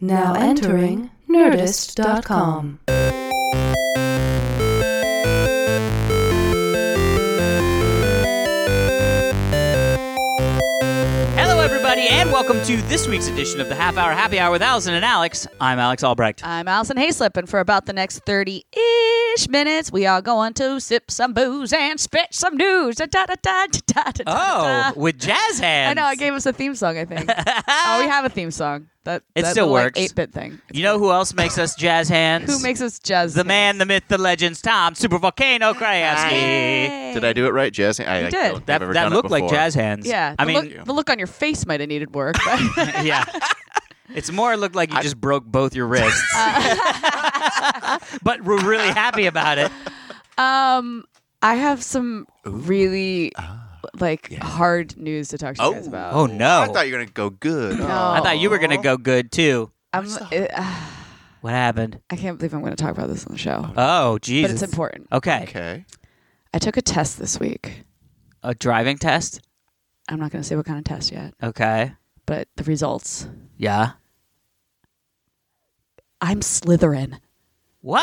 Now entering Nerdist.com. Hello, everybody, and welcome to this week's edition of the Half Hour Happy Hour with Allison and Alex. I'm Alex Albrecht. I'm Allison Hayslip, and for about the next 30 ish minutes, we are going to sip some booze and spit some news. Da, da, da, da, da, da, da, oh, da. with jazz hands. uh, I know, it gave us a theme song, I think. oh, we have a theme song. That, It that still little, works. Like, 8 bit thing. You know who else makes us jazz hands? Who makes us jazz? the man, the myth, the legends? Tom Super Volcano Krajewski. Yay. Did I do it right, Jazz? I, You I did. don't think I've That, ever that done it looked like before. jazz hands. Yeah. The I mean, look, the look on your face might have needed work. But yeah. It's more looked like you just broke both your wrists. Uh. but we're really happy about it. um, I have some really like hard news to talk to you guys Oh. about. Ah, Oh, no. I thought you were gonna go good. No. I thought you were going to go good, too. I'm, uh, What happened? I can't believe I'm going to talk about this on the show, Oh, Jesus. but it's important. Okay. Okay. I took a test this week. A driving test? I'm not going to say what kind of test yet, Okay. but the results. Yeah. I'm Slytherin. What?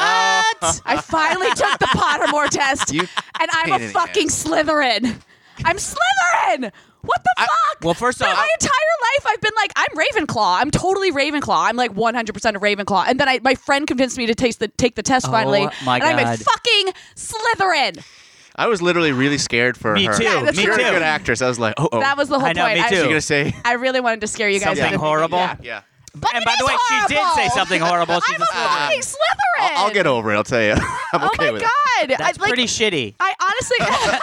I finally took the Pottermore test, You and I'm pain a in the fucking Slytherin. I'm Slytherin. What the fuck? well, first But off- my entire life I've been like, I'm Ravenclaw. I'm totally Ravenclaw. I'm like 100% a Ravenclaw. And then I, my friend convinced me to taste the, take the test Oh, finally, my and I'm a God. fucking Slytherin. I was literally really scared for Me her. too, Yeah, that's me You're too. a good actress. I was like, oh, oh. That was the whole I know, point. me I, too. You're gonna say I really wanted to scare you guys. Something but- horrible? Yeah. yeah. But and it by the is way, she did say horrible. something horrible. She's "Ah, I'm a a Slytherin. fucking Slytherin. I'll, I'll get over it. I'll tell you. I'm Oh okay my with god! That's I, like, pretty shitty. I honestly.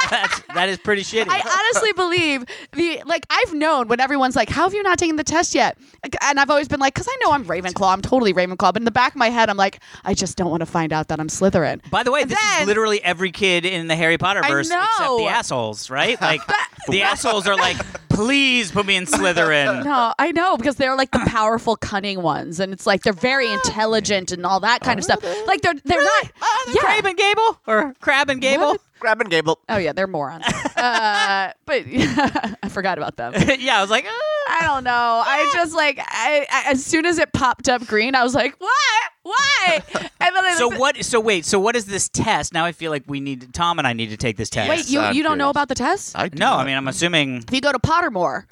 That's, that is pretty shitty. I honestly believe the like I've known when everyone's like, "How have you not taken the test yet?" And I've always been like, "Cause I know I'm Ravenclaw. I'm totally Ravenclaw." But in the back of my head, I'm like, I just don't want to find out that I'm Slytherin. by the way, this is then- literally every kid in the Harry Potter verse I know. except the assholes, right? Like the assholes are like, please put me in Slytherin. No, I know because they're like the powerful, cunning ones, and it's like they're very intelligent and all that kind of stuff. Oh, Like they're they're not. Uh, Yeah. Crab and Gable or Crab and Gable? it. Grab and Gable. Oh yeah, they're morons. uh, but I forgot about them. yeah, I was like, "Ah." I don't know. I just like I, I as soon as it popped up green, I was like, "What? Why?" And then I so looked at- what? So wait, so what is this test? Now I feel like we need Tom and I need to take this test. Wait, you I'm you don't know curious. about the test? I do no, I not- mean I'm assuming if you go to Pottermore,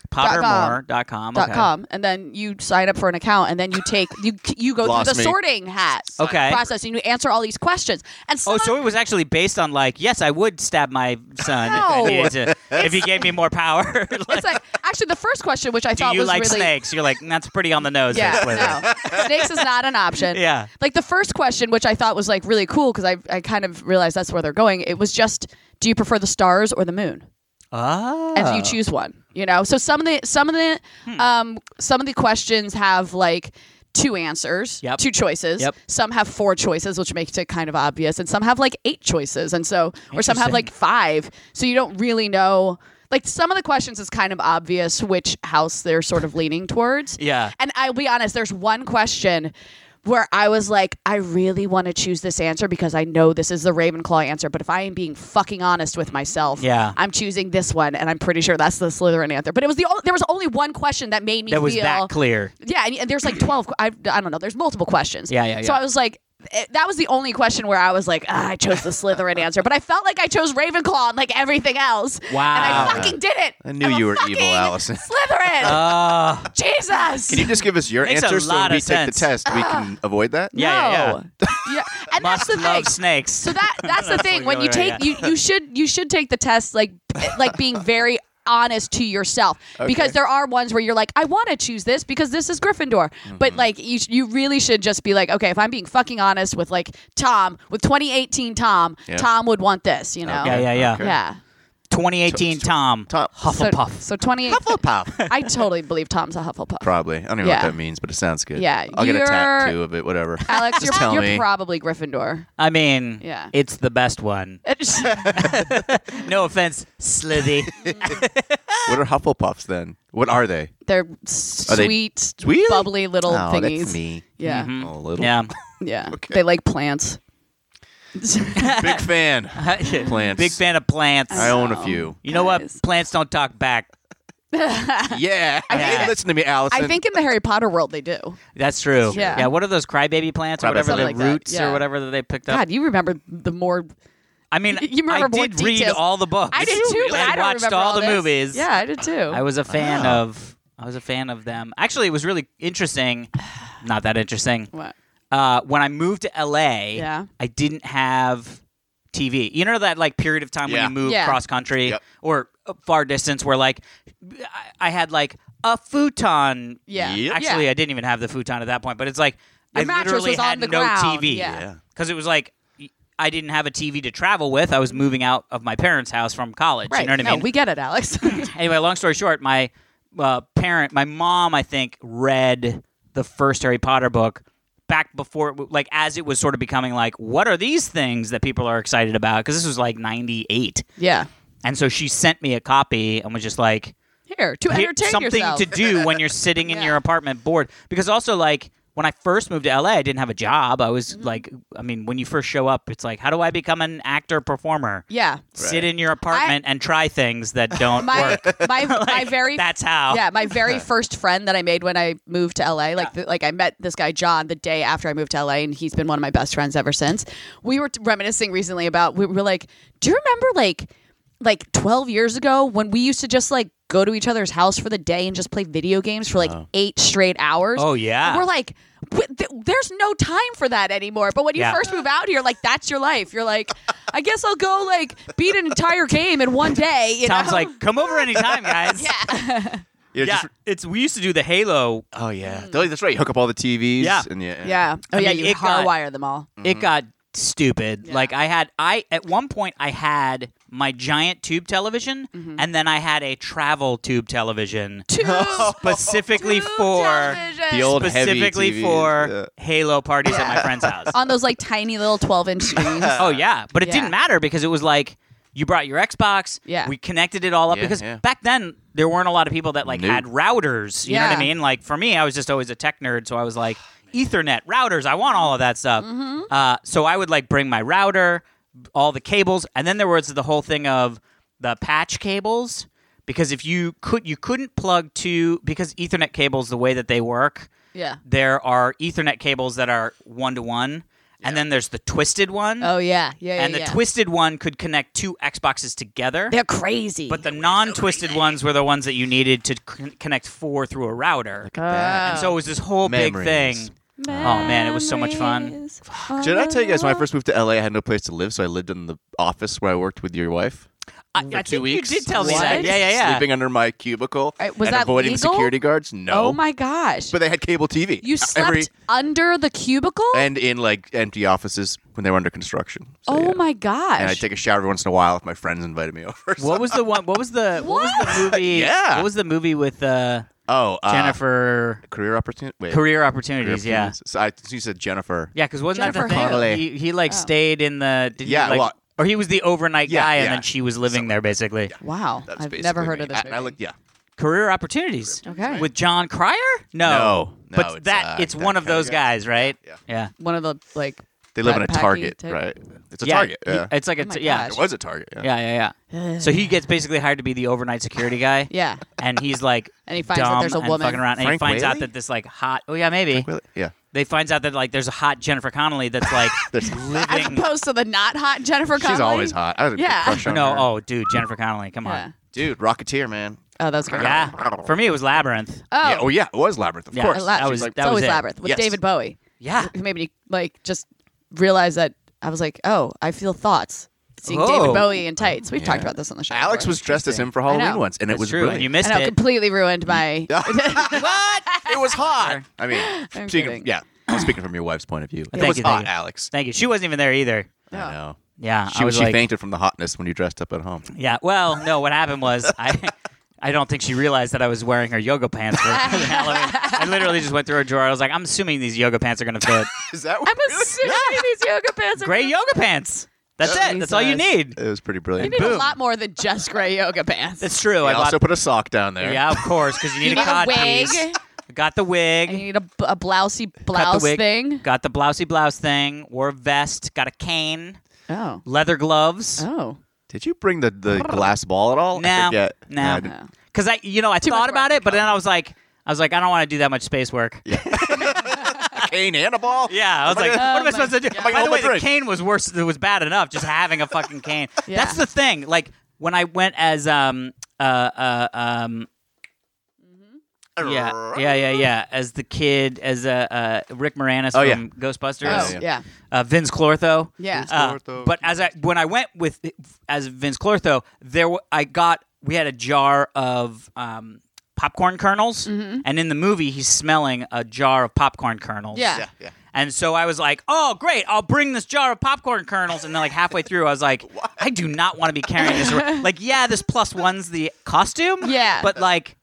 Pottermore.com. dot Okay. com, and then you sign up for an account, and then you take you you go Lost through the me. sorting hat Okay. process, and you answer all these questions. And some Oh, of- so it was actually based on like, yes, I would stab my son No. if, I needed to- if he gave me more power. Like, it's like actually the first question, which I do thought you was like really snakes? You're like, that's pretty on the nose. yeah, Miss Wither." no. snakes is not an option. Yeah. like the first question, which I thought was like really cool because I I kind of realized that's where they're going. It was just, do you prefer the stars or the moon? Oh. and you choose one you know so some of the some of the Hmm. um some of the questions have like two answers Yep. two choices Yep. some have four choices which makes it kind of obvious and some have like eight choices and so or some Interesting. have like five so you don't really know like some of the questions is kind of obvious which house they're sort of leaning towards Yeah. and I'll be honest, there's one question where I was like, I really want to choose this answer because I know this is the Ravenclaw answer, but if I am being fucking honest with myself, Yeah. I'm choosing this one and I'm pretty sure that's the Slytherin answer. But it was the only, there was only one question that made me That was feel that clear. yeah, and, and there's like 12. qu- I, I don't know. There's multiple questions. Yeah, yeah, So yeah. I was like, it- that was the only question where I was like, ah, I chose the Slytherin answer, but I felt like I chose Ravenclaw and like everything else. And Wow. I fucking did it. I knew I'm a you were evil, fucking Allison. Slytherin. Uh, Oh. Jesus. Can you just give us your Makes a answer so lot when we of take the sense. test? We can avoid that. Yeah. yeah, Oh. yeah. And that's must the love thing. snakes. So that that's the thing. When you Right, take yeah. you you should you should take the test like like being very honest to yourself because there are ones where you're like I want to choose this because this is Gryffindor but Mm-hmm. like you sh- you really should just be like okay if I'm being fucking honest with like Tom with 2018 Tom Yeah. Tom would want this you know yeah, yeah, yeah. Okay. yeah 2018 Tom. Tom. so, Hufflepuff. so 20 Hufflepuff. I totally believe Tom's a Hufflepuff Probably. I don't even know Yeah. what that means, but it sounds good. Yeah, I'll get you're- a tattoo of it. Whatever. Alex Just you're, tell you're me. probably Gryffindor I mean, Yeah. it's the best one. No offense, Slithy. what are Hufflepuffs then? What are they? They're Are they sweet, sweet? bubbly little oh, thingies. that's me. Yeah, Oh, little. yeah. yeah. Okay. They like plants. Big fan. Plants. Big fan of plants. I own a know. few. you know Guys. what? Plants don't talk back. Yeah. think that- Listen to me, Allison. I think in the Harry Potter world they do. That's true. Yeah. What are those crybaby plants or Probably whatever the something like that, roots yeah. or whatever that they picked up? God, you remember the more. I mean, you remember I more did read details. all the books. I did too, but I I don't watched remember all, the this. movies. Yeah, I did too. I was a fan of. I was a fan of them. Actually, it was really interesting. Not that interesting. What? Uh, when I moved to LA, Yeah. I didn't have TV. You know that like period of time Yeah. when you move Yeah. cross country Yep. or uh, far distance, where like I, I had like a futon. Yeah. Yep. Actually, Yeah. I didn't even have the futon at that point, but it's like Your I mattress literally was on had the no ground, TV. yeah. Yeah. Because it was like I didn't have a TV to travel with. I was moving out of my parents' house from college. Right. You know what no, I mean? we get it, Alex. anyway, long story short, my uh, parent, my mom, I think, read the first Harry Potter book back before, like, as it was sort of becoming like, what are these things that people are excited about? Because this was like 98. yeah. And so she sent me a copy and was just like, Here to "Here- entertain something yourself. to do when you're sitting in Yeah. your apartment bored. Because also, like, when I first moved to LA, I didn't have a job. I Mm-hmm. was like, I mean, when you first show up, it's like, how do I become an actor performer? yeah. Sit in your apartment and try things that don't My work. my my Like, very That's how. Yeah, my very first friend that I made when I moved to LA, like the, like I met this guy John the day after I moved to LA, and he's been one of my best friends ever since. We were t- reminiscing recently about we were like, do you remember like like twelve years ago when we used to just like go to each other's house for the day and just play video games for like eight straight hours? Uh-huh. Oh, yeah. And we're like. "W- th- There's no time for that anymore. But when you Yeah. first move out here, like that's your life. You're like, I guess I'll go like beat an entire game in one day. You Tom's know? like, come over anytime, guys. yeah. You're just- it's we used to do the Halo. oh, yeah. That's right. You hook up all the TVs. Yeah. And yeah. Yeah. Oh I yeah, mean, you it got- hardwire them all. It got stupid. Like I had I at one point I had my giant tube television Mm-hmm. and then I had a travel tube television Two specifically tube for television. The old heavy specifically TVs, yeah. for Halo parties at my friend's house. on those like tiny little twelve inch screens. oh yeah, but it Yeah. didn't matter because it was like you brought your Xbox. Yeah. we connected it all up Yeah, because yeah. back then there weren't a lot of people that like Nope. had routers. You know what I Yeah. mean? Like for me, I was just always a tech nerd, so I was like Ethernet routers. I want all of that stuff. Mm-hmm. Uh, so I would like bring my router, all the cables, and then there was the whole thing of the patch cables because if you could you couldn't plug two because Ethernet cables the way that they work yeah. there are Ethernet cables that are one to one, and then there's the twisted one. Oh yeah. Yeah. yeah and the yeah. twisted one could connect two Xboxes together. They're crazy. but the non-twisted ones were the ones that you needed to con- connect four through a router. And so it was this whole big Memories. thing. Oh man, it was so much fun. Memories. Did I tell you guys when I first moved to LA, I had no place to live, so I lived in the office where I worked with your wife, I, I For two think weeks. you did tell me What? that. Yeah, yeah, yeah. sleeping under my cubicle Right, Uh, was and that avoiding legal? security guards. No, Oh my gosh. but they had cable TV. you slept Every, under the cubicle? and in like empty offices when they were under construction. So, oh yeah. my gosh. And I take a shower every once in a while if my friends invited me over. So- What was the one? What was the? What, was the movie? Yeah. What was the movie with uh, Oh, uh, Jennifer? Career opportunity. Wait, career opportunities. Career Yeah. opportunities. So I, she said Jennifer. Yeah, because wasn't Jennifer Oh. that the Connelly. thing? He, he like stayed in the. Did Yeah, He, like, well- or he was the overnight Yeah, guy, and yeah. then she was living there basically. wow. That's I've basically never heard me. of this. I- Movie. I, look, yeah. Career opportunities. Okay. With John Cryer? No. No, no, but it's, that uh, it's that one of kind of those guy. guys, right? Yeah. Yeah. One of the like. They live in a Red Packy Target, type- right? It's a Yeah, Target. he- Yeah. It's like Oh my it's yeah. gosh. it was a Target. Yeah. Yeah, yeah, yeah. so he gets basically hired to be the overnight security guy. Yeah. And he's like And he finds that dumb there's a and woman. fucking around and he Frank finds out Whaley? that this like hot Oh yeah, maybe. Really? Yeah. They finds out that like there's a hot Jennifer Connelly that's like There's- As living opposed to the not hot Jennifer Connelly. She's always hot. I had a big Yeah. crush on No, her. oh dude, Jennifer Connelly, come Yeah. on. Dude, Rocketeer, man. Oh, that's great. Yeah. For me it was Labyrinth. Oh, Yeah, oh, yeah. It was Labyrinth, of Yeah. course. Lab- That was- She's like, that it's was always it. Labyrinth with Yes. David Bowie. Yeah. Who made me like just realize that I was like, oh, I feel thoughts seeing Oh. David Bowie in tights. We've talked about this on the show. Alex before. was dressed as him for know. Halloween once, and it That's was true. brilliant. And you I missed know, it. completely ruined my. what? It was hot. I mean, I'm speaking, kidding. yeah, I'm speaking from your wife's point of view. It Thank was you, thank hot, you. Alex. Thank you. She wasn't even there either. I know. Yeah. She, I was she like, fainted from the hotness when you dressed up at home. Yeah. Well, no. What happened was I. I don't think she realized that I was wearing her yoga pants for Halloween. I literally just went through her drawer. I was like, I'm assuming these yoga pants are going to fit. Is that what I'm assuming these yoga pants. Are Gray yoga pants. That's it. That's all you Jesus. need. It was pretty brilliant. You need a boom. lot more than just gray yoga pants. That's true. I I also bought, put a sock down there. yeah, of course, because you need you a need a cod wig. piece. Got the and wig. you need a, b- a blousey Got the blouse wig. thing. Got the blousey blouse thing. Wore a vest. Got a cane. Oh. Leather gloves. Oh. Did you bring the, the glass ball at all? I No, forget. no. I didn't. because I, you know, I much thought work. about it, but then I was like, I was like, I don't want to do that much space work. Yeah, Kane and a ball. I was Am like, what gonna- am I my supposed to do? God. By the Oh, my way, the drink. cane was worse. It was bad enough just having a fucking cane. Yeah. That's the thing. Like when I went as um uh uh um yeah yeah yeah yeah as the kid as uh, uh Rick Moranis Oh, from yeah. Ghostbusters Oh, Yeah, yeah. yeah. Yeah. uh, Vince Clortho. Yeah. Vince Uh, Clortho. but as I when I went with as Vince Clortho, there w- I got we had a jar of um, popcorn kernels, Mm-hmm. and in the movie he's smelling a jar of popcorn kernels. Yeah. Yeah, yeah. And so I was like, "Oh, great! I'll bring this jar of popcorn kernels." And then, like halfway through, I was like, "I do not want to be carrying this. around. Like, yeah, this plus one's the costume. Yeah. but like,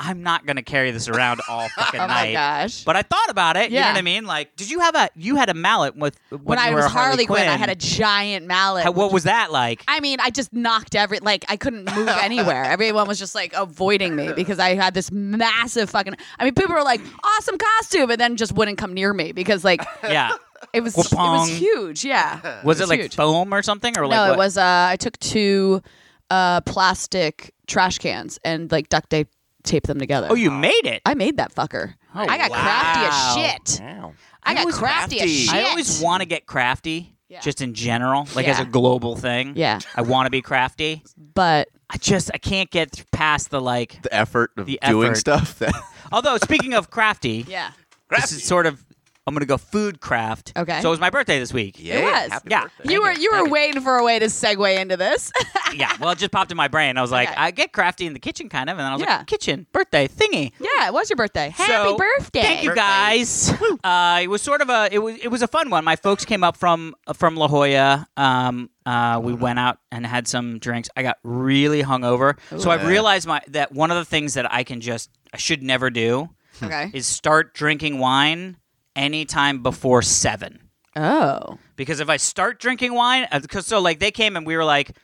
I'm not gonna carry this around all fucking Oh night. my gosh. But I thought about it. You know Yeah. what I mean? Like, did you have a you had a mallet with when, when I you was were Harley, Harley Quinn, I had a giant mallet. How- what which- was that like? I mean, I just knocked every like I couldn't move anywhere. Everyone was just like avoiding me because I had this massive fucking. I mean, people were like, "Awesome costume," and then just wouldn't come near me because like yeah. it was it was Kwapong. huge. Yeah, Was it like huge. foam or something or like no, what? it was. Uh, I took two uh, plastic trash cans and like duct tape taped them together. Oh, you made it. I made that fucker. I got wow. crafty as shit. I got was crafty, as crafty. shit. I always want to get crafty. Yeah. Just in general, like as Yeah. a global thing. Yeah. I want to be crafty. but I just I can't get th- past the like. The effort of The doing effort. stuff. That Although speaking of crafty, yeah, this is sort of I'm gonna go food craft. Okay. So it was my birthday this week. yeah, was. happy Yeah. birthday. you were you were waiting for a way to segue into this. yeah. Well, it just popped in my brain. I was like, Okay. I get crafty in the kitchen, kind of, and then I was Yeah. like, kitchen birthday thingy. yeah, it was your birthday. Happy So, birthday! Thank you guys. Uh, it was sort of a it was it was a fun one. My folks came up from uh, from La Jolla. Um, uh, we went out and had some drinks. I got really hungover, so I realized my that one of the things that I can just I should never do Okay. is start drinking wine anytime before seven. Oh. because if I start drinking wine, because so like they came and we were like,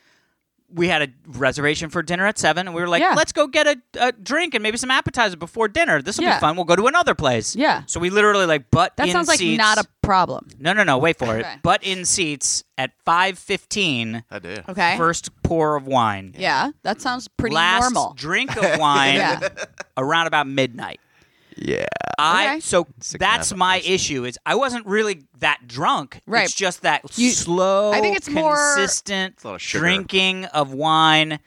we had a reservation for dinner at seven, and we were like, Yeah. let's go get a, a drink and maybe some appetizer before dinner. This will Yeah. be fun. We'll go to another place. Yeah. So we literally like butt That in sounds like seats- not a problem. no no no wait for Okay. it butt in seats at five fifteen. I do. Okay. First pour of wine. yeah, that sounds pretty Last normal. drink of wine Yeah. around about midnight. Yeah. I Okay. so Six and a half that's my hours. issue is I wasn't really that drunk. Right. It's just that You- slow, I think it's more- consistent a lot of sugar. drinking of wine,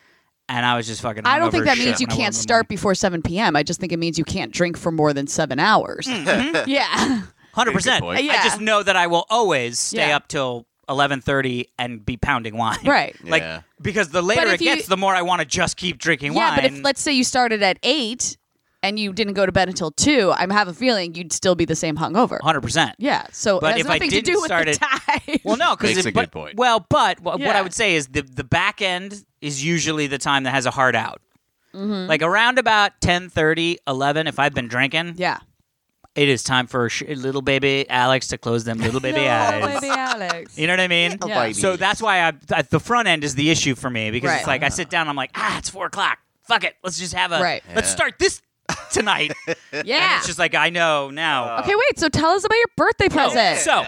and I was just fucking. I don't hungover think that as means shit you when I can't woke up in the start before 7 p.m. I just think it means you can't drink for more than seven hours. Mm-hmm. yeah. Hundred Good percent. point. I just know that I will always stay Yeah. up till eleven thirty and be pounding wine. Right. Like Yeah. because the later if it gets, you- the more I want to just keep drinking wine. Yeah, but if let's say you started at 8 and you didn't go to bed until 2, I have a feeling you'd still be the same hungover. hundred percent. Yeah, so But it has if I nothing to didn't do with start the it- time. Well, no, because Makes a but, good point. Well, but wh- what Yeah. I would say is the the back end is usually the time that has a hard out. Mm-hmm. Like around about 10, 11, if I've been drinking, yeah. it is time for sh- little baby Alex to close them little baby eyes. Alex. You know what I mean? Oh, Yeah. baby. So that's why I, at the front end is the issue for me because it's Right. like I sit down, I'm like, ah, it's four o'clock. Fuck it, let's just have a. Right. Let's start this tonight. Yeah. It's just uh, like I know now. okay, wait. So tell us about your birthday present. So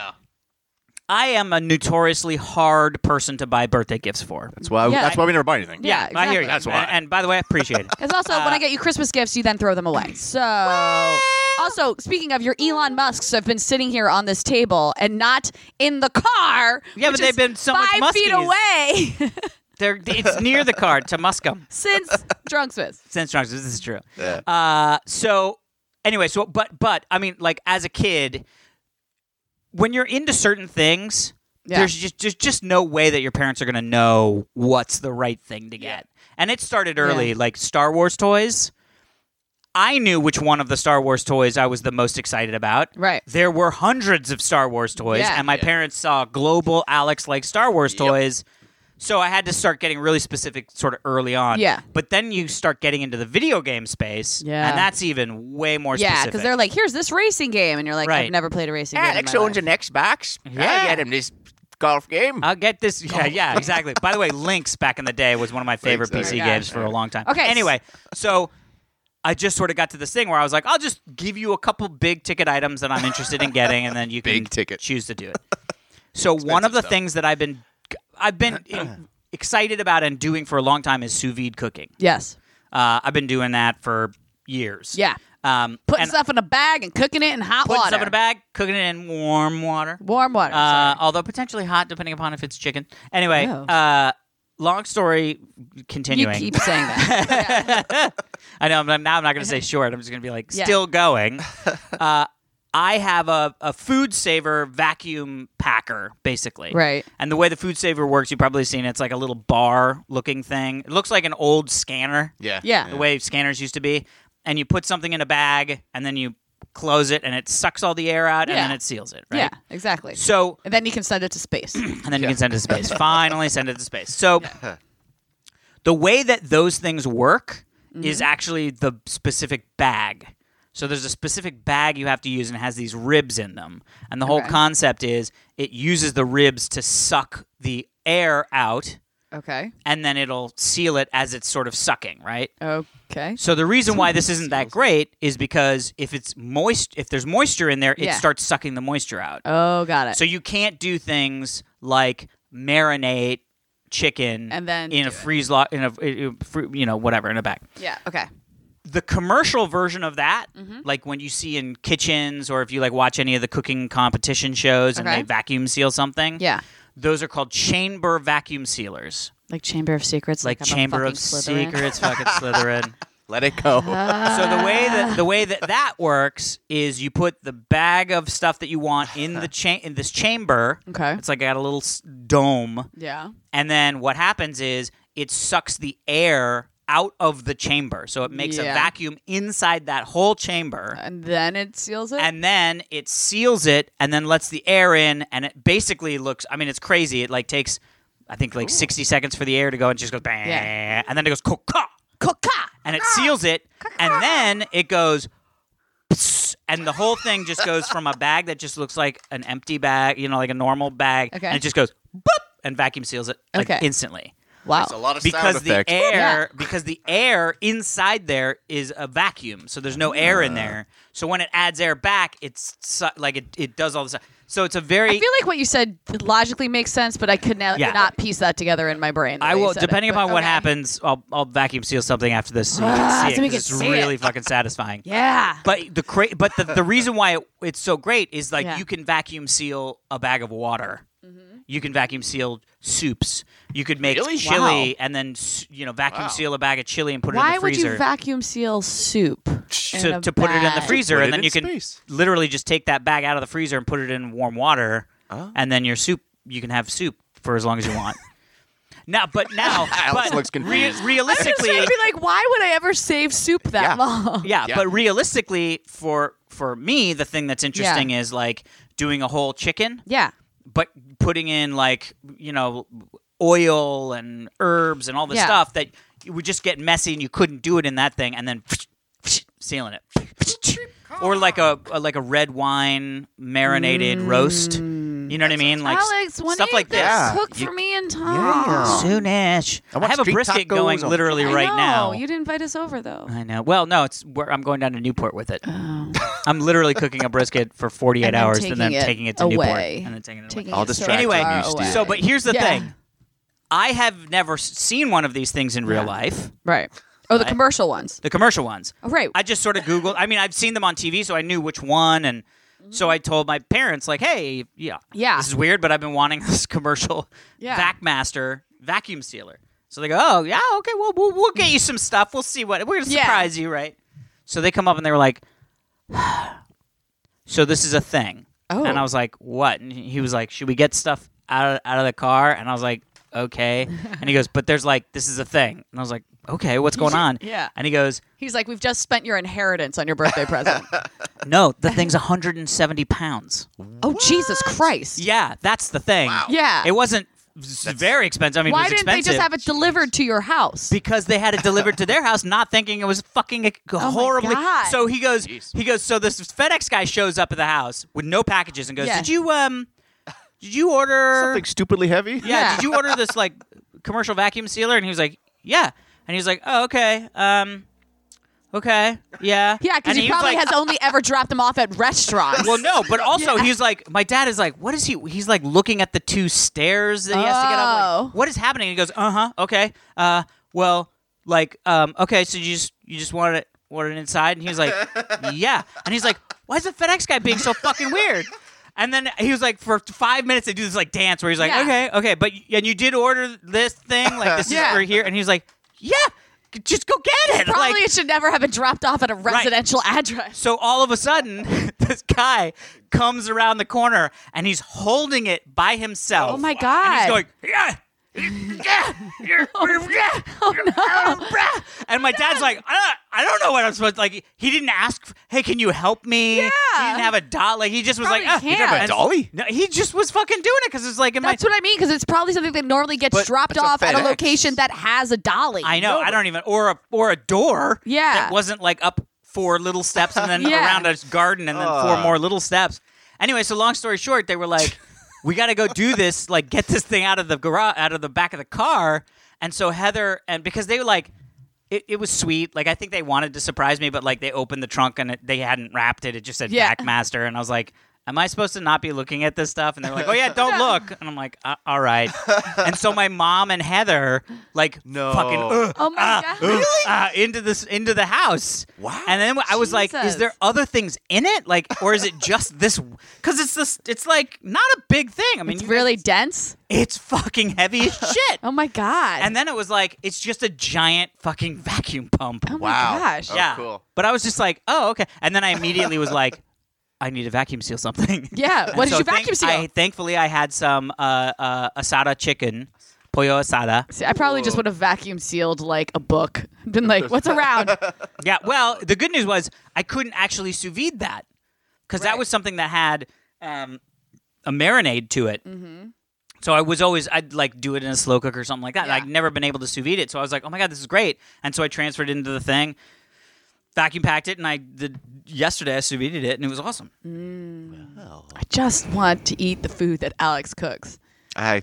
I am a notoriously hard person to buy birthday gifts for. That's why. Yeah. That's why we never buy anything. Yeah. I hear you. That's why. And, and by the way, I appreciate it. Because also, Uh, when I get you Christmas gifts, you then throw them away. So, also, speaking of your Elon Musks, have been sitting here on this table and not in the car. Yeah, but which they've is been so much five feet muskies. away They're, it's near the car to Muscum. since Drunksmith. Since This is true. Uh, so anyway, so but but I mean, like as a kid, when you're into certain things, Yeah. there's just, just just no way that your parents are gonna know what's the right thing to get. And it started early, Yeah. like Star Wars toys. I knew which one of the Star Wars toys I was the most excited about. Right. There were hundreds of Star Wars toys, Yeah. and my parents saw global Alex like Star Wars toys. So I had to start getting really specific sort of early on. Yeah. But then you start getting into the video game space. Yeah. And that's even way more Yeah, specific. because they're like, here's this racing game. And you're like, Right. I've never played a racing game. in my life. an Xbox. Yeah. Uh, get him this golf game. I'll get this. Yeah, yeah, exactly. By the way, Lynx back in the day was one of my favorite Lynx, PC yeah. games for a long time. oh Okay. Anyway, so I just sort of got to this thing where I was like, I'll just give you a couple big ticket items that I'm interested in getting, and then you can Big ticket. choose to do it. So one of the things that I've been, I've been eh, excited about and doing for a long time is sous vide cooking. Yes. Uh, I've been doing that for years. Yeah. Um, Putting and stuff in a bag and cooking it in hot putting water. stuff in a bag, cooking it in warm water. Warm water. Uh, sorry. although potentially hot, depending upon if it's chicken. Anyway, Oh. uh, long story you continuing. keep saying that. I know. I'm, I'm- now I'm not going to say short. I'm just going to be like, Yeah. still going. uh, I have a, a food saver vacuum packer, basically. Right. And the way the food saver works, you've probably seen it. it's like a little bar looking thing. It looks like an old scanner, Yeah. Yeah. the way scanners used to be. And you put something in a bag and then you close it and it sucks all the air out and Yeah. then it seals it. Right. Yeah, exactly. So and then you can send it to space. and then you can send it to space. Finally, send it to space. So, the way that those things work is Mm-hmm. actually the specific bag. So, there's a specific bag you have to use, and it has these ribs in them. And the whole Okay. concept is it uses the ribs to suck the air out, okay. and then it'll seal it as it's sort of sucking, right? Okay. So, the reason why this isn't that great is because if it's moist, if there's moisture in there, it Yeah. starts sucking the moisture out. Oh, got it. So you can't do things like marinate chicken And then in do a it. freeze lot in a in a fr- you know whatever in a bag. yeah. Okay. The commercial version of that, Mm-hmm. like when you see in kitchens or if you like watch any of the cooking competition shows and Okay. they vacuum seal something, Yeah. those are called chamber vacuum sealers, Like Chamber of Secrets. like, I'm a chamber of fucking Slytherin. secrets, fucking Slytherin. Let it go. So the way that the way that that works is you put the bag of stuff that you want in the cha- in this chamber. Okay. it's like got a little s- dome, Yeah. and then what happens is it sucks the air out of the chamber, so it makes a Yeah. vacuum inside that whole chamber, And then it seals it. and then it seals it, and then lets the air in, and it basically looks. I mean, it's crazy. It like takes, I think, like sixty seconds for the air to go, and it just goes bang, Yeah. and then it goes ka Coca. and it seals it, and then it goes, pss, and the whole thing just goes from a bag that just looks like an empty bag, you know, like a normal bag, Okay. and it just goes boop and vacuum seals it like Okay. instantly Wow. It's a lot of because sound the effects. air because the air inside there is a vacuum, so there's no air Ah. in there. So when it adds air back, it's su- like it, it does all this. So it's a very I feel like what you said logically makes sense, but I could not, Yeah. not piece that together in my brain. the I way you will, said depending it, but upon what okay. happens, I'll, I'll vacuum seal something after this so you can see it. so we 'cause can it's see it. really fucking satisfying. Yeah. But the cra- but the, the reason why it, it's so great is like Yeah. Mm-hmm. you can vacuum seal a bag of water. You can vacuum seal soups. You could make Really? chili Wow. and then s- you know vacuum Wow. seal a bag of chili and put it in Why the would freezer you vacuum seal soup? in to, a to put it in the bag? freezer Put and it then in you can space. literally just take that bag out of the freezer and put it in warm water Oh. and then your soup you can have soup for as long as you want. now but now Alex but looks re- confused. realistically I'd be like, why would I ever save soup that Yeah. long? yeah, Yeah. but realistically for for me the thing that's interesting is like doing a whole chicken Yeah. but putting in like you know oil and herbs and all this Yeah. stuff that it would just get messy and you couldn't do it in that thing and then sealing it or like a, a- like a red wine marinated roast you know what i mean like s- Alex, when stuff are you like this gonna Yeah. cook You- for me and Tom? Yeah. soonish I i, want have a street brisket tacos going on- literally I right know. now You didn't invite us over though. I know. Well, no, it's where I'm going down to Newport with it. I'm literally cooking a brisket for 48 Oh. And then hours and then taking it taking it to Newport away. and then taking it away. Taking I'll it so distract Anyway, far you, Steve. away. So, but here's the Yeah. thing. I have never s- seen one of these things in real life, right. Oh, the commercial ones. the commercial ones. Oh, right. I just sort of Googled. I mean, I've seen them on TV, so I knew which one. And so I told my parents, like, hey, yeah, Mm-hmm. Yeah. this is weird, but I've been wanting this commercial Yeah. VacMaster vacuum sealer. So they go, oh, yeah, okay, well, we'll, we'll get you some stuff. We'll see what, we're going to Yeah. surprise you, right? So they come up and they were like, so this is a thing. Oh. And I was like, what? And he was like, should we get stuff out of, out of the car? And I was like, okay. and he goes, but there's like, this is a thing. And I was like, okay, what's going on? Yeah. And he goes, He's like, we've just spent your inheritance on your birthday present. No, the thing's 170 pounds. oh, Jesus Christ. Yeah, that's the thing. Yeah. It wasn't s- very expensive. I mean, it Why was didn't expensive they just have it delivered to your house? because they had it delivered to their house, not thinking it was fucking e- horribly. Oh God. So he goes, Jeez. he goes. So this FedEx guy shows up at the house with no packages and goes, Yeah. "Did you um, did you order Something stupidly heavy. yeah, Yeah. did you order this like commercial vacuum sealer?" And he was like, "Yeah," and he was like, "Oh, okay, um, okay, yeah, yeah, because And he, was probably like, has only ever dropped them off at restaurants. Well, no, but also he's like, my dad is like, what is he? He's like looking at the two stairs that he has to get up. Oh. Like, what is happening? He goes, uh huh, okay, uh, well, like, um, okay, so you just you just wanted it wanted it inside, and he was like, yeah, and he's like, why is the FedEx guy being so fucking weird? And then he was like, for five minutes they do this like dance where he's like, Yeah. okay, okay, but and you did order this thing, like this Yeah. is for here, and he was like, yeah, just go get it. Probably like, it should never have been dropped off at a residential address. so all of a sudden, this guy comes around the corner and he's holding it by himself. Oh my And he's God. Oh, going, yeah. yeah, yeah, yeah, Oh, yeah, And my dad's like, I don't, I don't know what I'm supposed to like. He didn't ask. Hey, can you help me? Yeah. He didn't have a dolly. Like, he just was Probably like, ah. can't. You talking about And- dolly? No, he just was fucking doing it because it's like, in my, That's what I mean because it's probably something that normally gets But dropped it's a off at a FedEx. location that has a dolly. I know. I don't even or a or a door. Yeah. that wasn't like up four little steps and then Yeah. around a garden and then four Ugh. more little steps. Anyway, so long story short, they were like, "We got to go do this. Like, get this thing out of the garage, out of the back of the car." And so Heather and because they were like. It, it was sweet. Like I think they wanted to surprise me, but like they opened the trunk and it, they hadn't wrapped it. It just said Yeah. Backmaster, and I was like, "Am I supposed to not be looking at this stuff?" And they're like, "Oh yeah, don't look." And I'm like, uh, "All right." and so my mom and Heather like No. fucking "Ugh, Oh my god. uh, into this into the house. Wow. And then I was like, is Jesus. there other things in it? Like, or is it just this? Because it's this. It's like not a big thing. I mean, It's you- really dense. it's fucking heavy as shit. Oh my god. and then it was like, it's just a giant fucking vacuum pump. oh my Wow. gosh. Oh, yeah. cool. But I was just like, oh okay. And then I immediately was like, I need to vacuum seal something. Yeah. What And did so you thank- vacuum seal? I, I, thankfully, I had some uh, uh, asada chicken, pollo asada. See, I probably just Whoa. would have vacuum sealed like a book. Been like, what's around? Yeah. Well, the good news was I couldn't actually sous vide that because that Right. was something that had um, a marinade to it. Mm-hmm. So I was always I'd like do it in a slow cook or something like that. Yeah. And I'd never been able to sous vide it, so I was like, oh my god, this is great. And so I transferred it into the thing, vacuum packed it, and I did yesterday I sous vide it, and it was awesome. Mm. I just want to eat the food that Alex cooks. I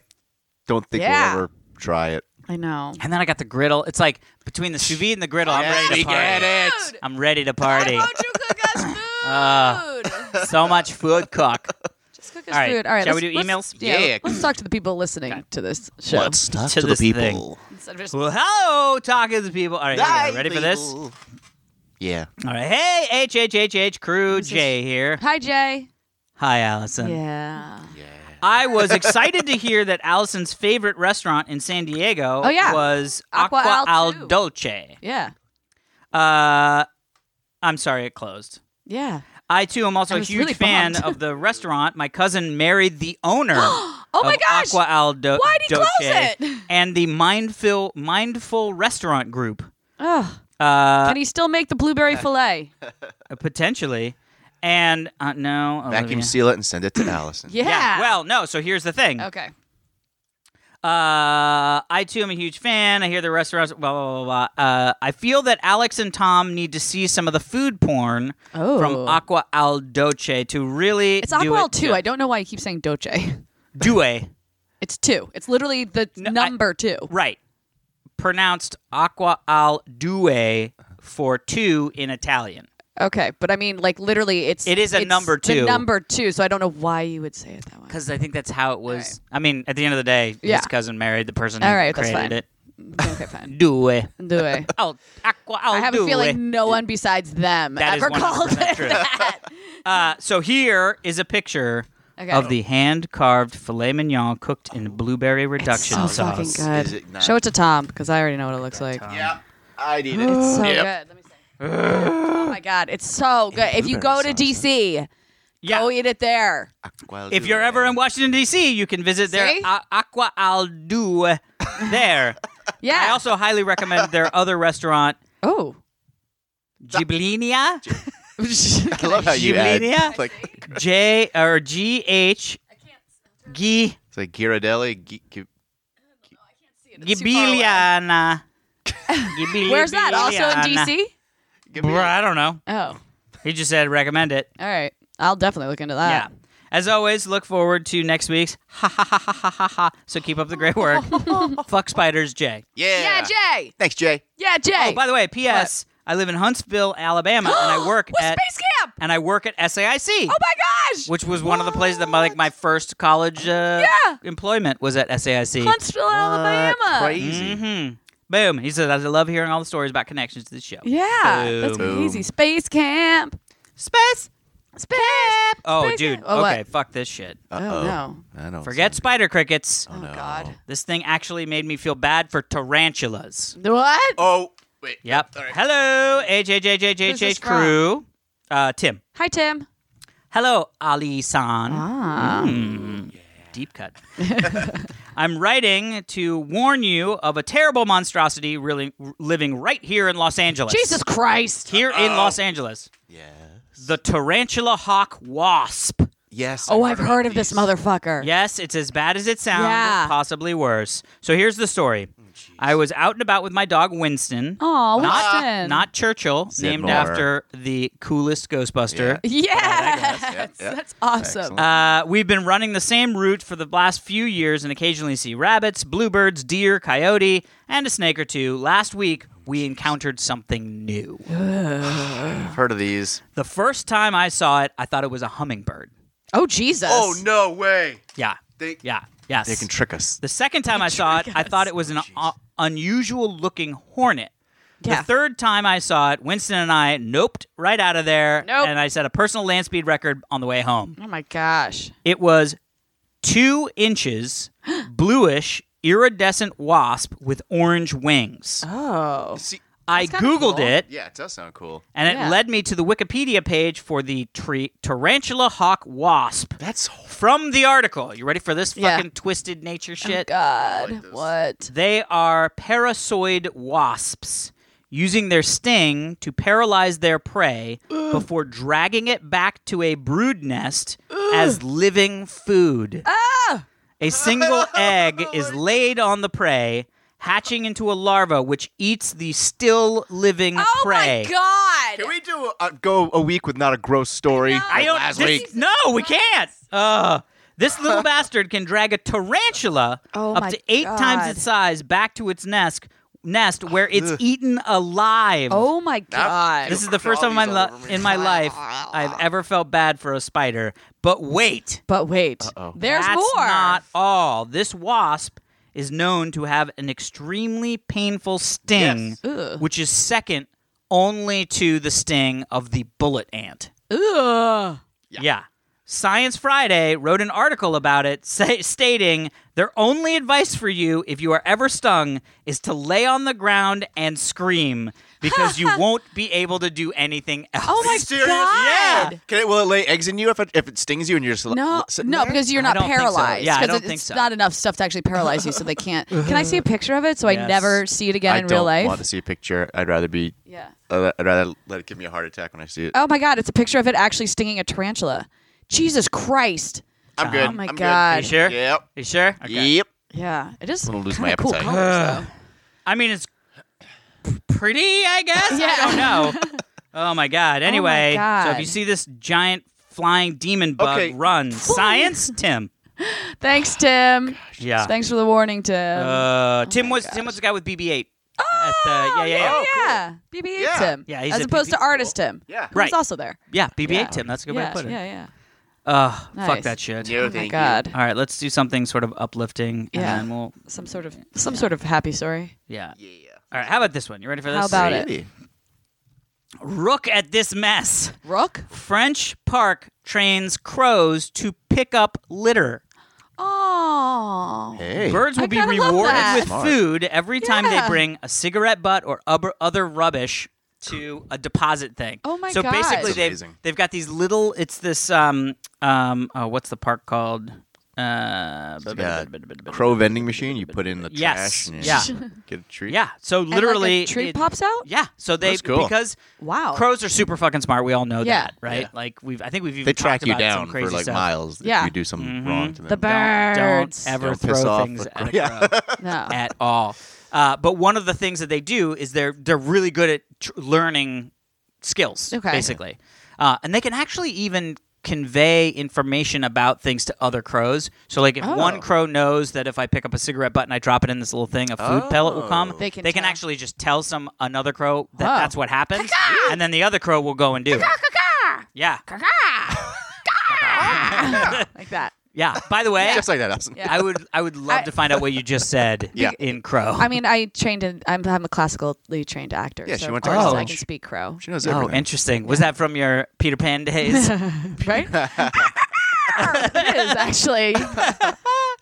don't think Yeah. we'll ever try it. I know. And then I got the griddle. It's like between the sous vide and the griddle, I'm ready to we party. get it. I'm ready to party. you cook us food? so much food cook. just cook us all right. food. All right. Shall let's- we do let's- emails? Yeah. Yeah. Let's talk to the people listening to this show. talk To this thing. Instead of just- Well, hello, talking to the people. All right, here we go. ready for this? Yeah. All right. Hey, H H H H crew J here. Hi, Jay. Hi, Allison. Yeah. I was excited to hear that Allison's favorite restaurant in San Diego Oh, yeah. was Aqua Aqua, Al al, too. Dolce. Yeah. Uh, I'm sorry, it closed. Yeah. I too am also I a was huge really fan bummed. of the restaurant. My cousin married the owner. oh my gosh! Aqua al Do- Why'd he close Dolce it? And the mindful mindful restaurant group. Oh, Uh, can he still make the blueberry fillet? potentially. And uh, no, Vacuum Olivia. seal it and send it to Allison. Yeah. Yeah. Well, no. So here's the thing. Okay. Uh, I too am a huge fan. I hear the restaurants. Blah blah blah. blah. Uh, I feel that Alex and Tom need to see some of the food porn Oh. from Aqua al Doce to really. It's do Aqual it two. ju- I don't know why you keep saying Doce. Due. It's two. It's literally the number two. Right. Pronounced Aqua al Due for two in Italian. Okay, but I mean, like literally, it's It is a it's number the two. number two. So I don't know why you would say it that way. Because I think that's how it was. I mean, at the end of the day, Yeah. his cousin married the person All who right, that's created fine. Oh, it. Okay, fine. Due. Do I? Al, aqua al I have a Due. feeling no one besides them That is ever called 100% it true. that. Uh, so here is a picture Okay. of the hand-carved filet mignon cooked in blueberry reduction so sauce. fucking good. Is it not- Show it to Tom because I already know what it looks like. Yeah. I need it. It's so good. Yep. Let me see. oh my god, it's so good. If you go to DC, Yeah. go eat it there. Well, If do you're it. ever in Washington D.C., you can visit their See? a- Aqua al Due there. Yeah. I also highly recommend their other restaurant, oh. Ghiblinia, I love how you add, Giuliana? it's like J or G H G it's like Ghirardelli. G- G- Ghibiliana. Ghibili- Where's that? Also in Ghibiliana. DC? give me Bruh, I don't know. Oh. He just said recommend it. All right. I'll definitely look into Yeah. that. As always, look forward to next week's ha ha ha ha ha ha ha. So keep up the great work. Fuck spiders, Jay. Yeah. Jay. Thanks, Jay. Yeah, Jay. Oh, by the way, P.S. I live in Huntsville, Alabama, and I work With at Space Camp. and I work at SAIC, Oh my gosh. which was one of the places that my, like my first college uh, Yeah. employment was at SAIC. Huntsville, Alabama. Crazy. hmm Boom. He says, I love hearing all the stories about connections to the show. Yeah, that's Boom. crazy. Space camp. Space. Space. Oh, Space dude. camp. Oh, okay, what? Oh, fuck this shit. Uh-oh. no. I don't Forget sound- spider crickets. Oh God. This thing actually made me feel bad for tarantulas. What? Oh, wait. Yep. Hello, HHHHHH this crew. Uh, Tim. Hi, Tim. Hello, Ali san. Ah. Deep cut. I'm writing to warn you of a terrible monstrosity really living right here in Los Angeles. Jesus Christ. Here in Los Angeles. Yes. The tarantula hawk wasp. Yes. Oh, I've heard of this these. motherfucker. Yes, it's as bad as it sounds, Yeah. possibly worse. So here's the story. I was out and about with my dog Winston. Oh, Not- Winston. Not Churchill, Sid named Moore. after the coolest Ghostbuster. Yes. yeah. That's awesome. Excellent. Uh, we've been running the same route for the last few years and occasionally see rabbits, bluebirds, deer, coyote, and a snake or two. Last week, we encountered something new. I've heard of these. The first time I saw it, I thought it was a hummingbird. Oh, Jesus. no way. Yeah. They- yeah. Yes. They can trick us. The second time I saw it, I thought it was an uh, unusual looking hornet. Yeah. The third time I saw it, Winston and I noped right out of there. Nope. And I set a personal land speed record on the way home. Oh, my gosh. It was two inches, bluish, iridescent wasp with orange wings. Oh. See, I kinda Googled cool. it, yeah, it does sound cool. and it Yeah. led me to the Wikipedia page for the tre- tarantula hawk wasp. That's From the article, you ready for this Yeah. fucking twisted nature shit? God. what? They are parasoid wasps, using their sting to paralyze their prey before dragging it back to a brood nest as living food. Ah! A single egg is laid on the prey, hatching into a larva which eats the still living Oh, prey. my God. Can we do a, go a week with not a gross story? I like don't. last this- week. No, we can't. Uh, this little bastard can drag a tarantula Oh up my to eight times God. its size back to its nest, nest where it's eaten alive. Oh, my God. This is the first time in my, Crawlies all li- over me. in my life I've ever felt bad for a spider. But wait, but wait. There's that's more. not all. This wasp is known to have an extremely painful sting, Yes. Ugh. which is second only to the sting of the bullet ant. Ugh. Yeah. Science Friday wrote an article about it say, stating their only advice for you if you are ever stung is to lay on the ground and scream because you won't be able to do anything else. Oh, my Serious? God. Yeah. Can it, will it lay eggs in you if it, if it stings you and you're just li- No, li- sitting no, there? because you're I not don't think so. paralyzed. Yeah, I 'cause don't it's think so. not enough stuff to actually paralyze you, so they can't. Can I see a picture of it so I Yes. never see it again I in don't real life? want to see a picture. I'd rather be. Yeah. Uh, I'd rather let it give me a heart attack when I see it. Oh my God! It's a picture of it actually stinging a tarantula. Jesus Christ! I'm good. Oh my I'm good. God. You sure? Yep. You sure? Okay. Yep. Yeah, it is I'm gonna lose kinda my cool appetite. colors, I mean, it's p- pretty, I guess. I don't know. oh my god. Anyway, so if God. you see this giant flying demon bug Okay. run, science, Tim. though. Thanks, Tim. Yeah. Thanks for the warning, Tim. Uh, Tim was Tim was the guy with BB-8. Oh, yeah, yeah, yeah. yeah, BB8 Yeah. Tim. Yeah, he's as a opposed BB8 to artist Tim. Yeah. who's Right. also there. Yeah, BB-8 Yeah. Tim. That's a good way yeah, to put it. yeah, yeah. Ugh, fuck Nice. that shit. No, Oh my thank you. God! All right, let's do something sort of uplifting, and Yeah. then we'll Some sort of some sort of happy story. yeah. Yeah. All right, how about this one? You ready for this? How about it? Really? Rook at this mess. Rook. French park trains crows to pick up litter. Oh. Hey. Birds will I be kinda love rewarded that. with Smart. food every time Yeah. they bring a cigarette butt or ubber- other rubbish to a deposit thing. Oh my so God. basically, That's they've amazing. they've got these little. It's this um um oh, what's the park called? Uh, got Crow vending machine. You put in the Yes. trash. and Yeah. you Get a treat. Yeah. So literally, and like a tree it- pops out. Yeah. So they That's cool. because Wow. crows are super fucking smart. We all know Yeah. that, right? Yeah. Like we've I think we've even They talked track you about down some crazy for like stuff. miles if Yeah. you do something wrong to them. Mm-hmm. The Don't, birds. don't ever Don't piss throw off things a at a crow. crow. No. at all. Uh, but one of the things that they do is they're they're really good at tr- learning skills, Okay. basically, uh, and they can actually even convey information about things to other crows. So, like Oh. if one crow knows that if I pick up a cigarette butt and I drop it in this little thing, a food pellet will come. Oh. They can tell. actually just tell some another crow that Wow. that's what happens, and then the other crow will go and do. it. Yeah. like that. Yeah. By the way, Just like that, Allison. Yeah. I would I would love I- to find out what you just said Yeah. in Crow. I mean, I trained in. I'm, I'm a classically trained actor. Yeah, she so went of to Oh. course I college. can speak crow. She knows oh, everything. interesting. Was that from your Peter Pan days? right? it is actually.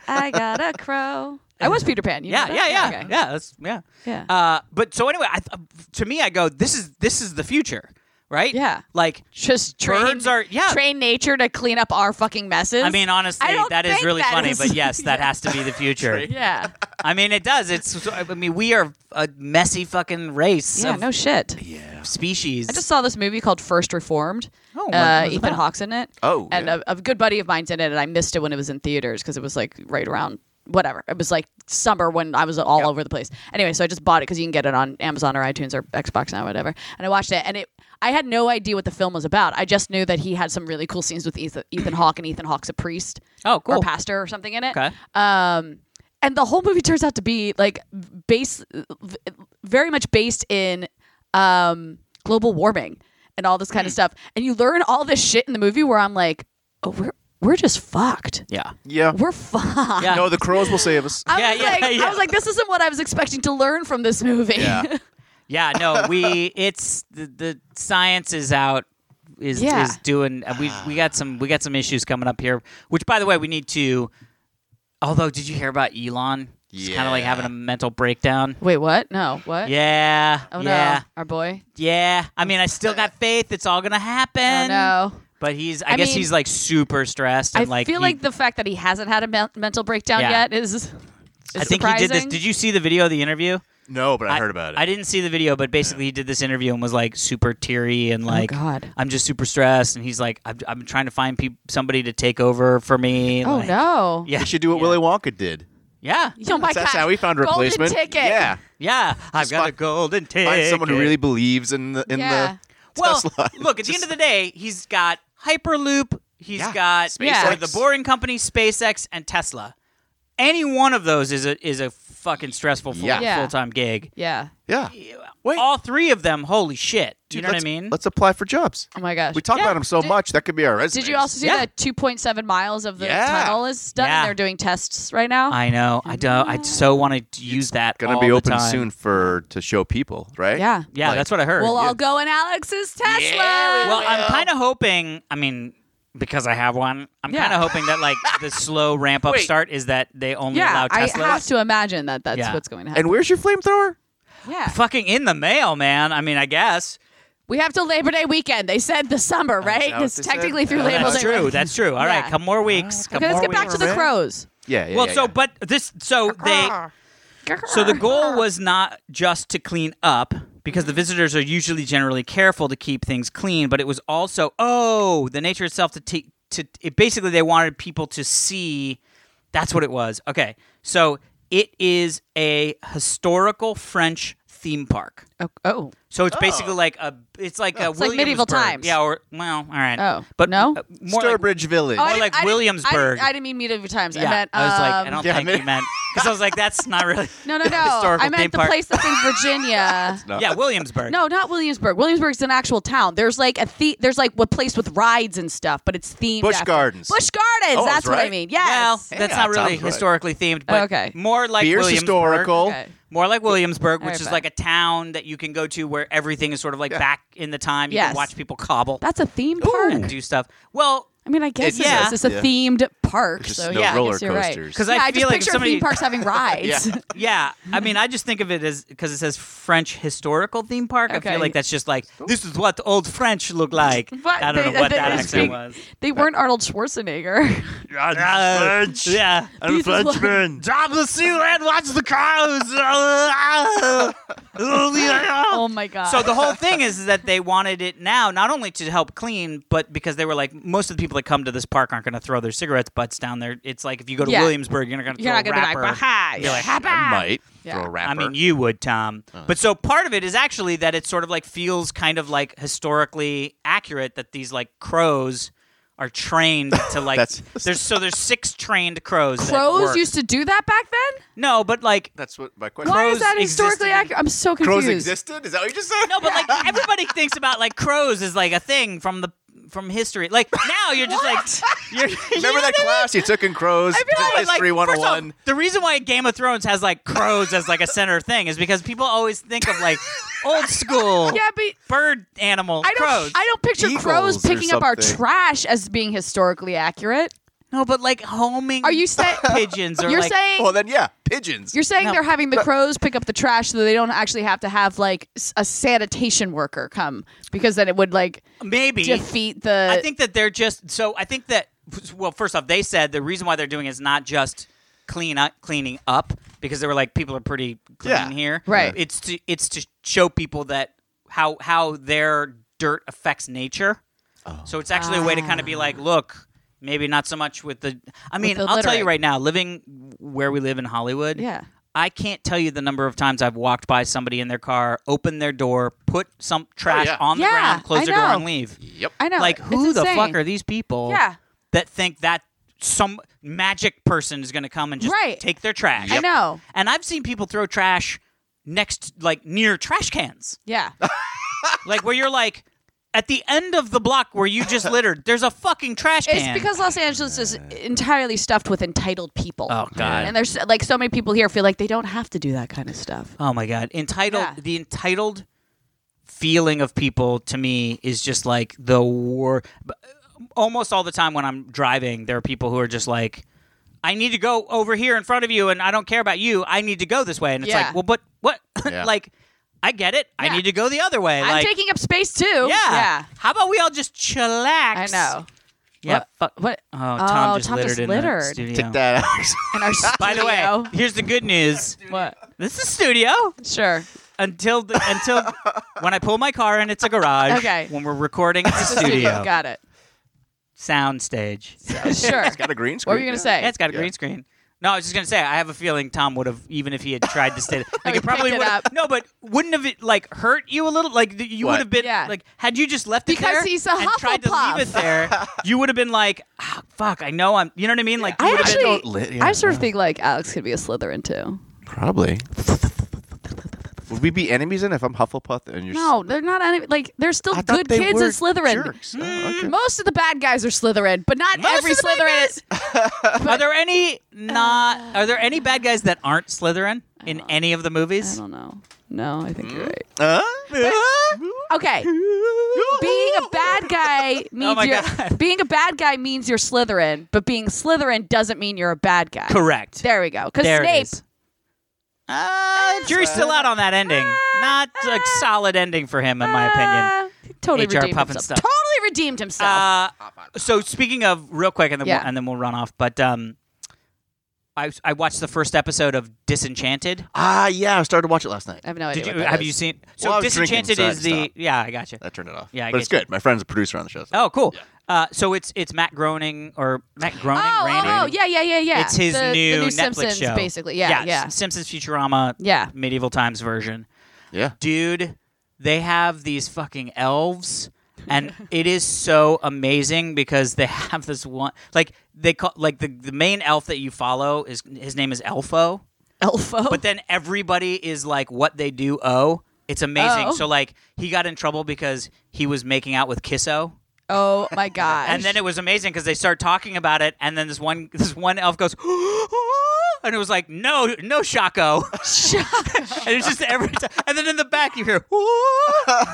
I got a crow. I was Peter Pan. You know yeah, that? yeah, yeah, Okay. yeah. That's yeah. Yeah. Uh, but so anyway, I, th- to me, I go. This is this is the future, right? Yeah. Like Just train, Birds are- yeah. train nature to clean up our fucking messes. I mean, honestly, I don't that is think really that funny. is- But yes, that has to be the future. yeah, I mean, it does. It's. I mean, we are a messy fucking race yeah, of no shit. Yeah. species. I just saw this movie called First Reformed. Oh, what uh, was it Ethan about? Hawke's in it. Oh, and yeah. a, a good buddy of mine's in it, and I missed it when it was in theaters because it was like right around whatever. It was like summer when I was all over the place. Anyway, so I just bought it because you can get it on Amazon or iTunes or Xbox now, whatever. And I watched it, and it. I had no idea what the film was about. I just knew that he had some really cool scenes with Ethan, Ethan Hawke, and Ethan Hawke's a priest Oh, or cool. pastor or something in it. Okay. Um, and the whole movie turns out to be like base, v- very much based in um, global warming and all this kind Mm. of stuff. And you learn all this shit in the movie where I'm like, oh, we're we're just fucked. yeah. Yeah. We're fucked. Yeah. No, the crows will save us. I Yeah, was yeah, like, yeah. I was like, this isn't what I was expecting to learn from this movie. Yeah. Yeah, no, we it's the, the science is out is Yeah. is doing uh, we we got some we got some issues coming up here, which by the way we need to although did you hear about Elon? He's kind of like Yeah. having a mental breakdown. Wait, what? No, what? Yeah. Oh yeah. no, our boy. Yeah. I mean, I still got faith it's all going to Oh happen. no. But he's I, I guess mean, he's like super stressed and I like feel he- like the fact that he hasn't had a men- mental breakdown Yeah. yet is. is I think he did this. surprising. Did you see the video of the interview? No, but I, heard about it. I didn't see the video, but basically he did this interview and was like super teary Oh, and like, God. I'm just super stressed. And he's like, I'm, I'm trying to find peop somebody to take over for me. Oh like- no. Yeah. They should do what Willy Wonka did. Yeah. Oh my That's God. how he found a Golden replacement. ticket. Yeah. Yeah. I've got a find- golden ticket. Find someone who really believes in the in Yeah. the Well, Tesla. look, at the end of the day, he's got Hyperloop, He's Yeah. got SpaceX. or the Boring Company, SpaceX, and Tesla. Any one of those is a is a fucking stressful full, Yeah. Yeah. full-time gig. Yeah. yeah. Wait. All three of them, holy shit. you Dude, know what I let's- mean? Let's apply for jobs. Oh my gosh. We talk Yeah. about them so Did- much that could be our resume. Did you also see Yeah. that 2.7 miles of the Yeah. tunnel is done Yeah. and they're doing tests right now? I know. I don't. I so want to use that. Gonna all be the open time. soon for to show people, right? yeah. Yeah, Like- that's what I heard. We'll all go in Alex's Tesla. well, I'm kind of hoping. I mean, because I have one, I'm Yeah. kind of hoping that like the slow ramp up Wait. start is that they only yeah, allow I Teslas. have to imagine that that's Yeah. what's going to happen. And where's your flamethrower? yeah. Fucking in the mail, man. I mean, I guess We have till Labor Day weekend. They said the summer, right? that what It's they technically said? through Yeah, Labor that's Day. true. weekend. That's true. All right, Yeah. come more weeks. Come Okay, let's more get back weeks. to the Right. crows. Yeah. yeah Well, yeah, so yeah. but this so they so the goal was not just to clean up because the visitors are usually generally careful to keep things clean, but it was also oh the nature itself to take to it basically they wanted people to see that's what it was. Okay, so it is a historical French theme park. Oh, oh. So it's basically like a it's like a It's like medieval Williamsburg. times. Yeah, or well, all right. Oh, but no? uh, more like- Sturbridge Village. I More didn't- like I didn't- Williamsburg. I, I didn't mean medieval times. yeah, I meant. I was like, I um, don't Yeah, think mid- you meant because I was like that's not really No, no, no. historical I theme meant the park. place that's in Virginia. Yeah, Williamsburg. No, not Williamsburg. Williamsburg's an actual town. There's like a the- there's like a place with rides and stuff, but it's themed. Busch after- Gardens. Busch Gardens. Oh, I was that's what I right. mean. Yes. Well, that's Yeah, not really sounds right. historically themed, but Okay. more like Beer's Williamsburg. historical. Okay. More like Williamsburg, All which right, is fine. like a town that you can go to where everything is sort of like back in the time. You Yes. can watch people cobble that's a theme park. and do stuff. Well, I mean, I guess It- it yeah. is. It's a Yeah. themed park. Just so no yeah, I roller guess you're right. coasters. because Yeah, I I feel just like if picture somebody, theme parks having rides. Yeah. yeah, I mean, I just think of it as because it says French historical theme park. I Okay. feel like that's just like this is what old French looked like. But I don't they- know what they that just accent speak- was. They weren't Arnold Schwarzenegger. French. Yeah. I'm a Frenchman. Drop the seal and watch the crows. oh my god. So the whole thing is that they wanted it now not only to help clean, but because they were like, most of the people that come to this park aren't going to throw their cigarettes butts down there. It's like if you go to Yeah. Williamsburg, you're not going to throw you're not a gonna wrapper. be like, "Bah-ha." You're like, I might Yeah. throw a rapper. Uh-huh. I mean, you would, Tom. But so part of it is actually that it sort of like feels kind of like historically accurate that these like crows are trained to like. That's- there's so there's six trained crows. that crows work. used to do that back then. no, but like That's what my question. Why Crows is that historically existed. accurate? I'm so confused. Crows existed? Is that what you just said? No, but like everybody thinks about like crows as like a thing from the from history. Like now you're just like you're, Remember that class you took in Crows, But, like, History first off, 101? the reason why Game of Thrones has like crows as like a center thing is because people always think of like old school Yeah, but bird animals, I don't. crows. I don't picture crows Eagles or picking up our something. trash as being historically accurate. no, but like homing. Are you saying pigeons? Or you're like, saying Well, then, yeah, pigeons. you're saying No. they're having the crows pick up the trash so they don't actually have to have like s- a sanitation worker come because then it would like maybe defeat the. I think that they're just so. I think that well, first off, they said the reason why they're doing it is not just clean up, cleaning up because they were like people are pretty clean Yeah. here. Right. It's to it's to show people that how how their dirt affects nature. Oh. So it's actually a way to kind of be like, look, maybe not so much with the. I mean, Ah. the I'll tell you littering. right now, living where we live in Hollywood. Yeah. I can't tell you the number of times I've walked by somebody in their car, opened their door, put some trash yeah. on the Yeah, ground, I closed their door, know. and leave. Yep. I know. Like it's who the insane. fuck are these people Yeah. that think that some magic person is going to come and just Right. take their trash? I know. And I've seen people throw trash next like near trash cans. Yeah. like where you're like at the end of the block where you just littered, there's a fucking trash It's can. because Los Angeles Uh, is entirely stuffed with entitled people. Oh, God. And there's like so many people here feel like they don't have to do that kind of stuff. Oh my god, entitled Yeah. the entitled feeling of people to me is just like the war b- almost all the time when I'm driving there are people who are just like I need to go over here in front of you and I don't care about you. I need to go this way and it's Yeah. like, "Well, but what?" Yeah. like I get it. I Yeah. need to go the other way. I'm like taking up space too. yeah. How about we all just I chillax? know. Yeah. What? fuck- what? Oh, Tom Oh, just Tom littered just in littered. the studio. Take that, Alex. In our studio. By the way, here's the good news. what? This is studio. Sure. until the, until when I pull my car in, it's a garage. Okay. When we're recording, it's a studio, Got it. soundstage. Sure. Got a green screen. what were you gonna say? Yeah, it's got a Yeah. green screen. No, I was just gonna say I have a feeling Tom would have even if he had tried to stay. Like it picked probably it would. up. No, but wouldn't have it like hurt you a little? Like th- you What? would have been Yeah. like had you just left it Because there he's a and tried to Hufflepuff. leave it there, you would have been like, ah, "Fuck, I know I'm." You know what I mean? Like you I would have been- actually, lit- I yeah, sort of think like Alex could be a Slytherin too. Probably. Would we be enemies then if I'm Hufflepuff and you're? No, they're not. Any, like they're still I thought good they kids were in Slytherin. jerks. Hmm. Oh, okay. Most of the bad guys are Slytherin, but not Most every of the bad Slytherin. guys- Is, Are there any not? Are there any bad guys that aren't Slytherin in any of the I movies? don't know. No, I think Hmm? you're right. Huh? Okay, being a bad guy means Oh my you're God. being a bad guy means you're Slytherin, but being Slytherin doesn't mean you're a bad guy. Correct. There we go. Because There it Snape, is. Uh, jury's still out on that ending. Not a solid ending for him, in my opinion. uh, totally H.R. redeemed Puffin himself. stuff. Totally redeemed himself. Uh, so speaking of real quick, and then Yeah. we'll, and then we'll run off. But um, I I watched the first episode of Disenchanted. Ah, yeah. I started to watch it last night. I have no Did idea. you what that have is. you seen? So Well, I was drinking, Disenchanted so I is the stopped. yeah, I got you. I turned it off. Yeah, I but it's get you. good. My friend's a producer on the show. So. Oh, cool. Uh, so it's it's Matt Groening or Matt Groening. Oh, Groening? oh, oh, yeah, yeah, yeah, yeah. It's his the, the new, new Netflix Simpsons, show. basically. Yeah, yeah, S- Simpsons Futurama. Yeah. Medieval times version. Yeah. dude, they have these fucking elves, and it is so amazing because they have this one like they call like the, the main elf that you follow is his name is Elfo, Elfo. but then everybody is like what they do. Oh, it's amazing. Oh. So like he got in trouble because he was making out with Kisso. oh my god. And then it was amazing because they start talking about it, and then this one this one elf goes, and it was like, no, no, Shaco. and it's just every time. And then in the back you hear,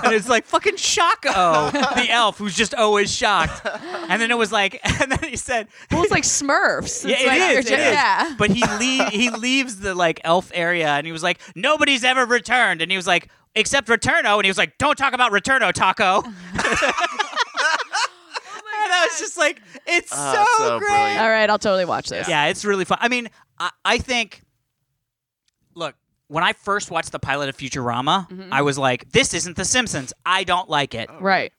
and it's like fucking Shaco, the elf who's just always shocked. And then it was like, and then he said, well, it's like Smurfs. yeah, It's it like, is, you're it just- is. yeah. But he le- he leaves the like elf area, and he was like, nobody's ever returned, and he was like, except Returno, and he was like, don't talk about Returno, Taco. and I was just like, it's Oh, so, it's so great. brilliant. All right, I'll totally watch this. Yeah, it's really fun. I mean, I, I think, look, when I first watched the pilot of Futurama, Mm-hmm. I was like, this isn't The Simpsons. I don't like it. Right.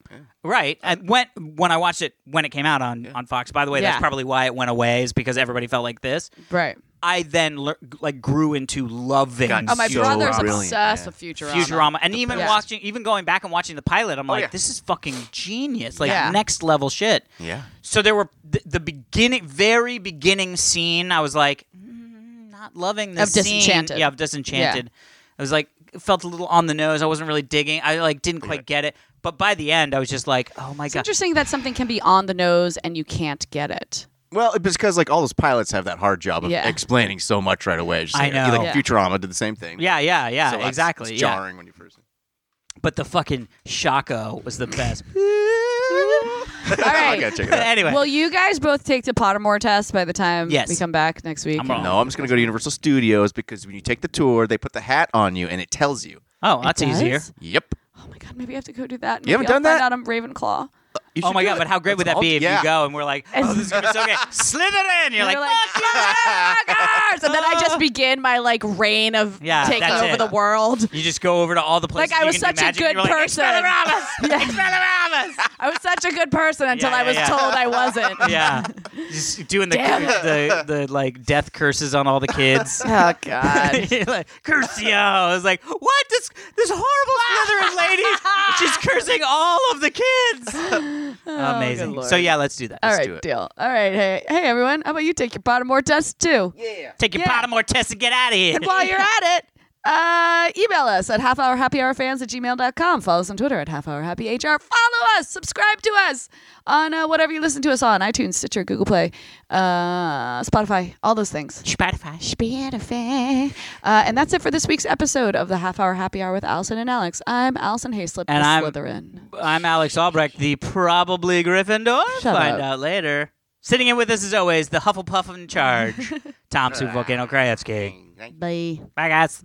Right. And when when I watched it when it came out on, on Fox, by the way, Yeah. that's probably why it went away is because everybody felt like this. Right. I then lear- like grew into loving God, Oh, my So brother's brilliant, obsessed man. with Futurama. Futurama, and even best. Oh, watching, even going back and watching the pilot, I'm like, yeah. this is fucking genius, like Yeah. next level shit. Yeah. So there were th- the beginning, very beginning scene. I was like, mm, not loving this Of scene. Disenchanted. Yeah, of Disenchanted. I was like, felt a little on the nose. I wasn't really digging. I like didn't quite get it. But by the end, I was just like, oh my It's god. interesting that something can be on the nose and you can't get it. Well, it's because like all those pilots have that hard job of Yeah. explaining so much right away. It's just I like, know. Yeah. Like Futurama did the same thing. Yeah, yeah, yeah. So that's- exactly. It's yeah. jarring when you first. But the fucking Shaco was the best. All right. I gotta check it out. anyway, Will you guys both take the Pottermore test by the time Yes. we come back next week? I'm wrong. No, I'm just gonna go to Universal Studios because when you take the tour, they put the hat on you and it tells you. oh, that's It does? easier. Yep. Oh my god, maybe I have to go do that. You haven't Maybe I'll find done that? Out I'm Ravenclaw. You Oh should my do god! it. But how great would That's that be all- if yeah. you go and we're like, oh, this is gonna be so great. Slytherin, you're like, And they're fuck yeah! "Fuck yes!" and then I just begin my like reign of Yeah, taking that's over it. the world. You just go over to all the places. Like I you was can do such a magic, good and you're like, person. Expelliarmus! Yeah. Expelliarmus! I was such a good person until Yeah, I was yeah, yeah. told I wasn't. yeah, just doing the, Damn the the like death curses on all the kids. Oh god. like, Curcio. I was like, what? This this horrible Slytherin lady. She's cursing all of the kids. Amazing. Oh, Lord. so yeah, let's do that. All Let's right, do it. deal. All right, hey, hey everyone. How about you take your Pottermore test too? Take your Yeah. Pottermore test and get out of here. And while you're at it, uh, email us at halfhourhappyhourfans at gmail.com. Follow us on Twitter at halfhourhappyhr. Follow us. Subscribe to us on uh, whatever you listen to us on iTunes, Stitcher, Google Play, uh, Spotify, all those things. Spotify. Spotify. Uh, and that's it for this week's episode of the Half Hour Happy Hour with Allison and Alex. I'm Allison Hayslip, And the I'm- Slytherin. I'm Alex Albrecht, the probably Gryffindor. Shut Find up. out later. Sitting in with us as always, the Hufflepuff in charge, Tom Soup Volcano Krajewski. Bye. Bye guys.